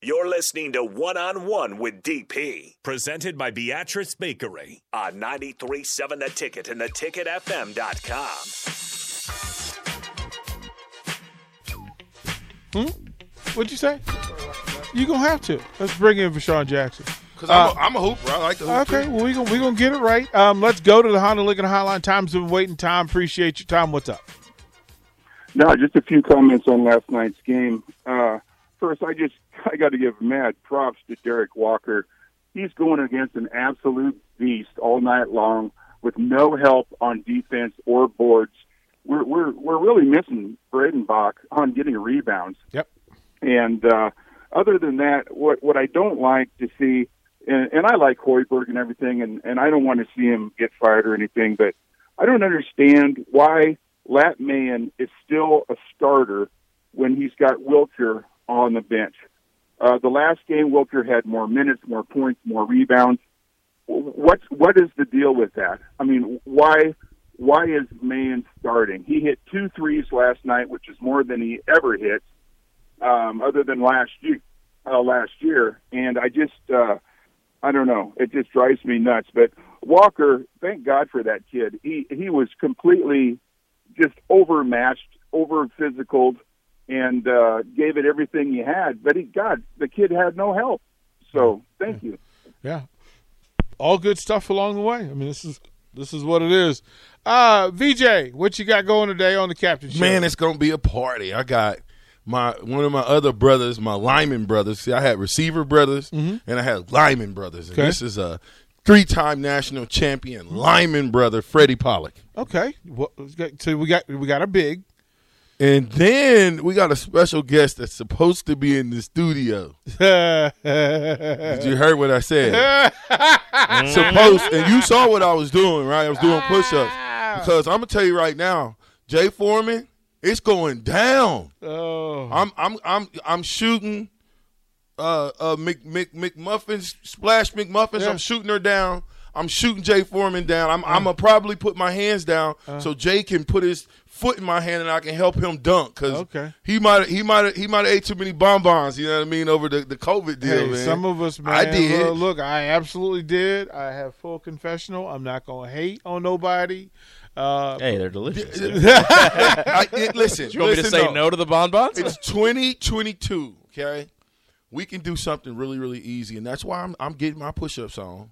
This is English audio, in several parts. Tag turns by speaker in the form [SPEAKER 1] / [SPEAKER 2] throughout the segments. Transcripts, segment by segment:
[SPEAKER 1] You're listening to One on One with DP, presented by Beatrice Bakery on 93.7 The Ticket and theticketfm.com.
[SPEAKER 2] Hmm? What'd you say? You gonna have to. Let's bring in Vashawn Jackson.
[SPEAKER 3] Because I'm, a- I'm a hooper. I like the hoop.
[SPEAKER 2] Uh, Okay,
[SPEAKER 3] too.
[SPEAKER 2] well we gonna we gonna get it right. Um, let's go to the Honda Lincoln Hotline. Time's been waiting. Tom, appreciate you. Tom, what's up?
[SPEAKER 4] No, just a few comments on last night's game. Uh, first, I just I got to give mad props to Derek Walker. He's going against an absolute beast all night long with no help on defense or boards. We're we're we're really missing Bradenbach on getting rebounds.
[SPEAKER 2] Yep.
[SPEAKER 4] And uh, other than that, what what I don't like to see, and, and I like Hoiberg and everything, and and I don't want to see him get fired or anything, but I don't understand why Latman is still a starter when he's got Wilcher on the bench. Uh, the last game, Wilcher had more minutes, more points, more rebounds. What's what is the deal with that? I mean, why why is Mann starting? He hit two threes last night, which is more than he ever hits um, other than last year. Uh, last year, and I just uh, I don't know. It just drives me nuts. But Walker, thank God for that kid. He he was completely just overmatched, over physical, and uh, gave it everything he had. But he God, the kid had no help. So thank you.
[SPEAKER 2] Yeah. All good stuff along the way. I mean, this is this is what it is. Uh, VJ, what you got going today on the captain? Show?
[SPEAKER 3] Man, it's gonna be a party. I got my one of my other brothers, my lineman brothers. See, I had receiver brothers and I had lineman brothers. And
[SPEAKER 2] Mm-hmm. Okay.
[SPEAKER 3] this is a three-time national champion lineman brother, Freddie Pollock.
[SPEAKER 2] okay. Well, let's get- so we got we got a big.
[SPEAKER 3] And then we got a special guest that's supposed to be in the studio. Did you heard what I said?
[SPEAKER 2] Mm-hmm.
[SPEAKER 3] supposed and you saw what I was doing, right? I was doing push-ups because I'm gonna tell you right now, Jay Foreman, it's going down.
[SPEAKER 2] oh,
[SPEAKER 3] I'm I'm I'm I'm shooting uh uh Mc, Mc McMuffins splash McMuffins.
[SPEAKER 2] Yeah.
[SPEAKER 3] I'm shooting her down. I'm shooting Jay Foreman down. I'm I'm gonna
[SPEAKER 2] Mm.
[SPEAKER 3] probably put my hands down
[SPEAKER 2] Uh.
[SPEAKER 3] so Jay can put his foot in my hand and I can help him dunk because
[SPEAKER 2] Okay.
[SPEAKER 3] he might he might he might have ate too many bonbons. You know what I mean over the, the COVID deal.
[SPEAKER 2] hey,
[SPEAKER 3] man.
[SPEAKER 2] some of us, man.
[SPEAKER 3] I did.
[SPEAKER 2] Look, look, I absolutely did. I have full confessional. I'm not gonna hate on nobody. Uh,
[SPEAKER 5] Hey, they're delicious.
[SPEAKER 3] I, it, listen,
[SPEAKER 5] you want me to
[SPEAKER 3] listen,
[SPEAKER 5] say
[SPEAKER 3] though.
[SPEAKER 5] no to the bonbons?
[SPEAKER 3] It's 2022. Okay, we can do something really, really easy, and that's why I'm I'm getting my push-ups on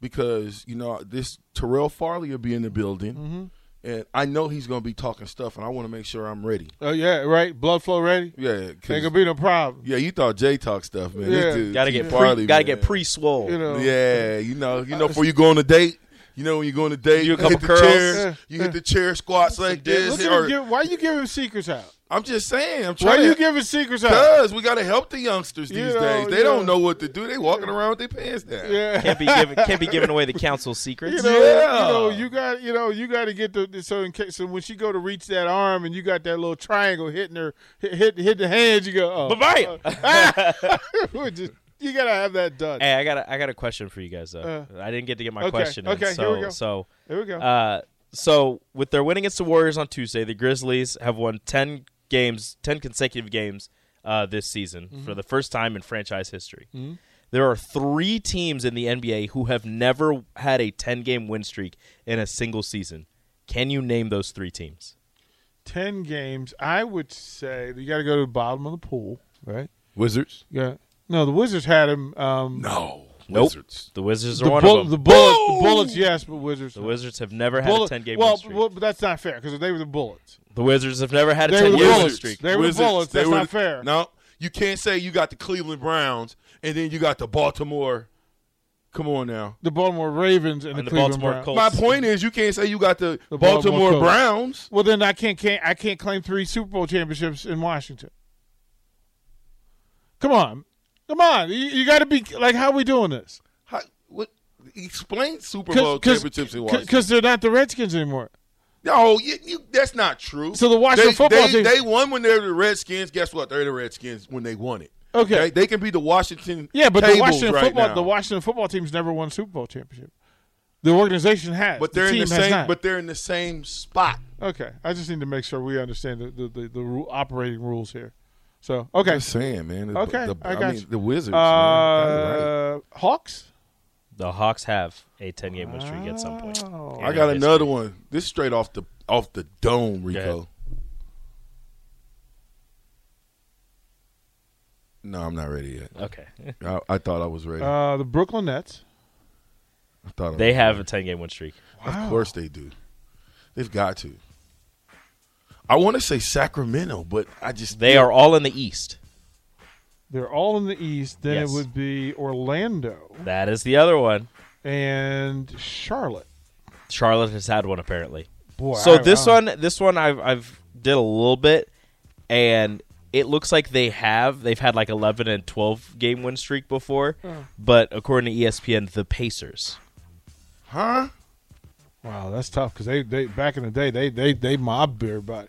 [SPEAKER 3] because you know this Terrell Farley will be in the building,
[SPEAKER 2] Mm-hmm.
[SPEAKER 3] and I know he's going to be talking stuff, and I want to make sure I'm ready.
[SPEAKER 2] oh yeah, right. Blood flow ready.
[SPEAKER 3] Yeah, 'cause-
[SPEAKER 2] Ain't gonna be no problem.
[SPEAKER 3] yeah. You thought Jay talked stuff, man.
[SPEAKER 2] Yeah.
[SPEAKER 3] This dude,
[SPEAKER 5] Gotta
[SPEAKER 3] T.
[SPEAKER 5] get
[SPEAKER 3] Farley,
[SPEAKER 5] pre, gotta
[SPEAKER 3] man.
[SPEAKER 5] get pre-swole.
[SPEAKER 2] You know.
[SPEAKER 3] Yeah, you know, you know, before you go on a date. You know when you go on a date,
[SPEAKER 5] do
[SPEAKER 3] you
[SPEAKER 5] a
[SPEAKER 3] hit the
[SPEAKER 5] couple curls.
[SPEAKER 3] chair,
[SPEAKER 2] Yeah,
[SPEAKER 3] you hit the chair squats like
[SPEAKER 2] Hey,
[SPEAKER 3] this.
[SPEAKER 2] Look at
[SPEAKER 3] or-
[SPEAKER 2] him give, why you giving secrets out?
[SPEAKER 3] I'm just saying, I'm
[SPEAKER 2] Why
[SPEAKER 3] trying.
[SPEAKER 2] you
[SPEAKER 3] to-
[SPEAKER 2] giving secrets out?
[SPEAKER 3] Because we got to help the youngsters these
[SPEAKER 2] You know,
[SPEAKER 3] days. They
[SPEAKER 2] you
[SPEAKER 3] don't
[SPEAKER 2] know.
[SPEAKER 3] know what to do. They walking around with their pants down.
[SPEAKER 2] Yeah.
[SPEAKER 5] Can't be giving can't be giving away the council
[SPEAKER 2] You
[SPEAKER 5] secrets.
[SPEAKER 2] know,
[SPEAKER 3] Yeah.
[SPEAKER 2] you know, you got, you know, you got to get the so in case so when she go to reach that arm and you got that little triangle hitting her, hit hit, hit the hands, you go, oh,
[SPEAKER 5] Bye-bye.
[SPEAKER 2] We're just- you gotta have that done.
[SPEAKER 5] Hey, I got a, I got a question for you guys though. I didn't get to get my
[SPEAKER 2] Uh, okay,
[SPEAKER 5] question. in,
[SPEAKER 2] okay, here
[SPEAKER 5] so
[SPEAKER 2] we go.
[SPEAKER 5] so
[SPEAKER 2] Here we go.
[SPEAKER 5] uh so with their win against the Warriors on Tuesday, the Grizzlies have won 10 games, 10 consecutive games uh, this season
[SPEAKER 2] Mm-hmm.
[SPEAKER 5] for the first time in franchise history. There are 3 teams in the NBA who have never had a 10-game win streak in a single season. Can you name those 3 teams?
[SPEAKER 2] Ten games, I would say you got to go to the bottom of the pool, right?
[SPEAKER 3] Wizards?
[SPEAKER 2] Yeah. No, the Wizards had him. Um,
[SPEAKER 3] No.
[SPEAKER 5] Nope.
[SPEAKER 3] Wizards.
[SPEAKER 5] The Wizards are
[SPEAKER 2] the,
[SPEAKER 5] one
[SPEAKER 2] bull-
[SPEAKER 5] of them.
[SPEAKER 2] the bullets, the bullets, yes, but Wizards.
[SPEAKER 5] The
[SPEAKER 2] no.
[SPEAKER 5] Wizards have never had
[SPEAKER 2] Bullet-
[SPEAKER 5] a 10-game
[SPEAKER 2] well,
[SPEAKER 5] win streak.
[SPEAKER 2] well, but that's not fair because they were the bullets.
[SPEAKER 5] the Wizards have never had a
[SPEAKER 2] They were the
[SPEAKER 5] 10-game win
[SPEAKER 2] Bullets.
[SPEAKER 5] streak.
[SPEAKER 2] They were the Bullets. That's not fair.
[SPEAKER 3] No. You can't say you got the Cleveland Browns and then you got the Baltimore. Come on now.
[SPEAKER 2] The Baltimore Ravens and,
[SPEAKER 5] And the
[SPEAKER 2] Cleveland
[SPEAKER 5] Baltimore
[SPEAKER 2] Browns.
[SPEAKER 5] Colts.
[SPEAKER 3] My point is you can't say you got the,
[SPEAKER 2] The Baltimore
[SPEAKER 3] Baltimore,
[SPEAKER 2] Colts.
[SPEAKER 3] Browns.
[SPEAKER 2] Well, then I can't, can't I can't claim three Super Bowl championships in Washington. Come on, Come on, you, you got to be like, how we doing this?
[SPEAKER 3] How, what, explain Super Bowl
[SPEAKER 2] Because
[SPEAKER 3] championships in Washington.
[SPEAKER 2] because they're not the Redskins anymore.
[SPEAKER 3] no, you, you, that's not true.
[SPEAKER 2] So the Washington
[SPEAKER 3] They-
[SPEAKER 2] football
[SPEAKER 3] they,
[SPEAKER 2] team-
[SPEAKER 3] they won when they were the Redskins. Guess what? They're the Redskins when they won it.
[SPEAKER 2] Okay.
[SPEAKER 3] they can be the Washington.
[SPEAKER 2] Yeah, but the
[SPEAKER 3] tables
[SPEAKER 2] Washington
[SPEAKER 3] right
[SPEAKER 2] football
[SPEAKER 3] now.
[SPEAKER 2] the Washington football team's never won a Super Bowl championship. The organization has,
[SPEAKER 3] But they're
[SPEAKER 2] the team
[SPEAKER 3] in the
[SPEAKER 2] has
[SPEAKER 3] same.
[SPEAKER 2] not.
[SPEAKER 3] But they're in the same spot.
[SPEAKER 2] okay, I just need to make sure we understand the the, the, the rule, operating rules here. So okay,
[SPEAKER 3] Just saying, man. The-
[SPEAKER 2] Okay,
[SPEAKER 3] the,
[SPEAKER 2] I
[SPEAKER 3] I
[SPEAKER 2] got
[SPEAKER 3] mean,
[SPEAKER 2] you.
[SPEAKER 3] the Wizards. man, got it right.
[SPEAKER 2] uh, Hawks.
[SPEAKER 5] The Hawks have a 10 game win streak at some point.
[SPEAKER 3] I got another one. This straight off the off the dome,
[SPEAKER 5] ahead.
[SPEAKER 3] Rico. No, I'm not ready yet.
[SPEAKER 5] Okay.
[SPEAKER 3] I, I thought I was ready.
[SPEAKER 2] Uh, the Brooklyn Nets.
[SPEAKER 3] I thought I
[SPEAKER 5] They
[SPEAKER 3] was-
[SPEAKER 5] have a 10 game win streak.
[SPEAKER 3] Of course they do. They've got to. I want to say Sacramento, but I just
[SPEAKER 5] They are all in the East.
[SPEAKER 2] They're all in the East. Then
[SPEAKER 5] Yes.
[SPEAKER 2] it would be Orlando
[SPEAKER 5] That is the other one.
[SPEAKER 2] and Charlotte.
[SPEAKER 5] Charlotte has had one apparently.
[SPEAKER 2] Boy,
[SPEAKER 5] so
[SPEAKER 2] I-
[SPEAKER 5] this
[SPEAKER 2] I-
[SPEAKER 5] one, this one, I've I've did a little bit, and it looks like they have they've had like eleven and twelve game win streak before, but according to E ESPN, the Pacers.
[SPEAKER 3] huh?
[SPEAKER 2] Wow, that's tough because they, they back in the day they they they mobbed everybody.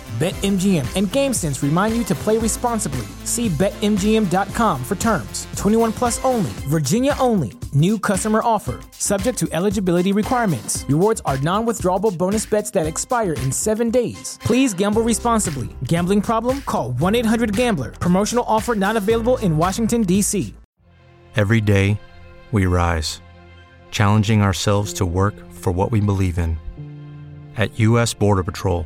[SPEAKER 6] BetMGM and GameSense remind you to play responsibly. See BetMGM.com for terms. 21 plus only, Virginia only. New customer offer, subject to eligibility requirements. Rewards are non withdrawable bonus bets that expire in seven days. Please gamble responsibly. Gambling problem? Call 1 800 Gambler. Promotional offer not available in Washington, D.C.
[SPEAKER 7] Every day, we rise, challenging ourselves to work for what we believe in. At U.S. Border Patrol,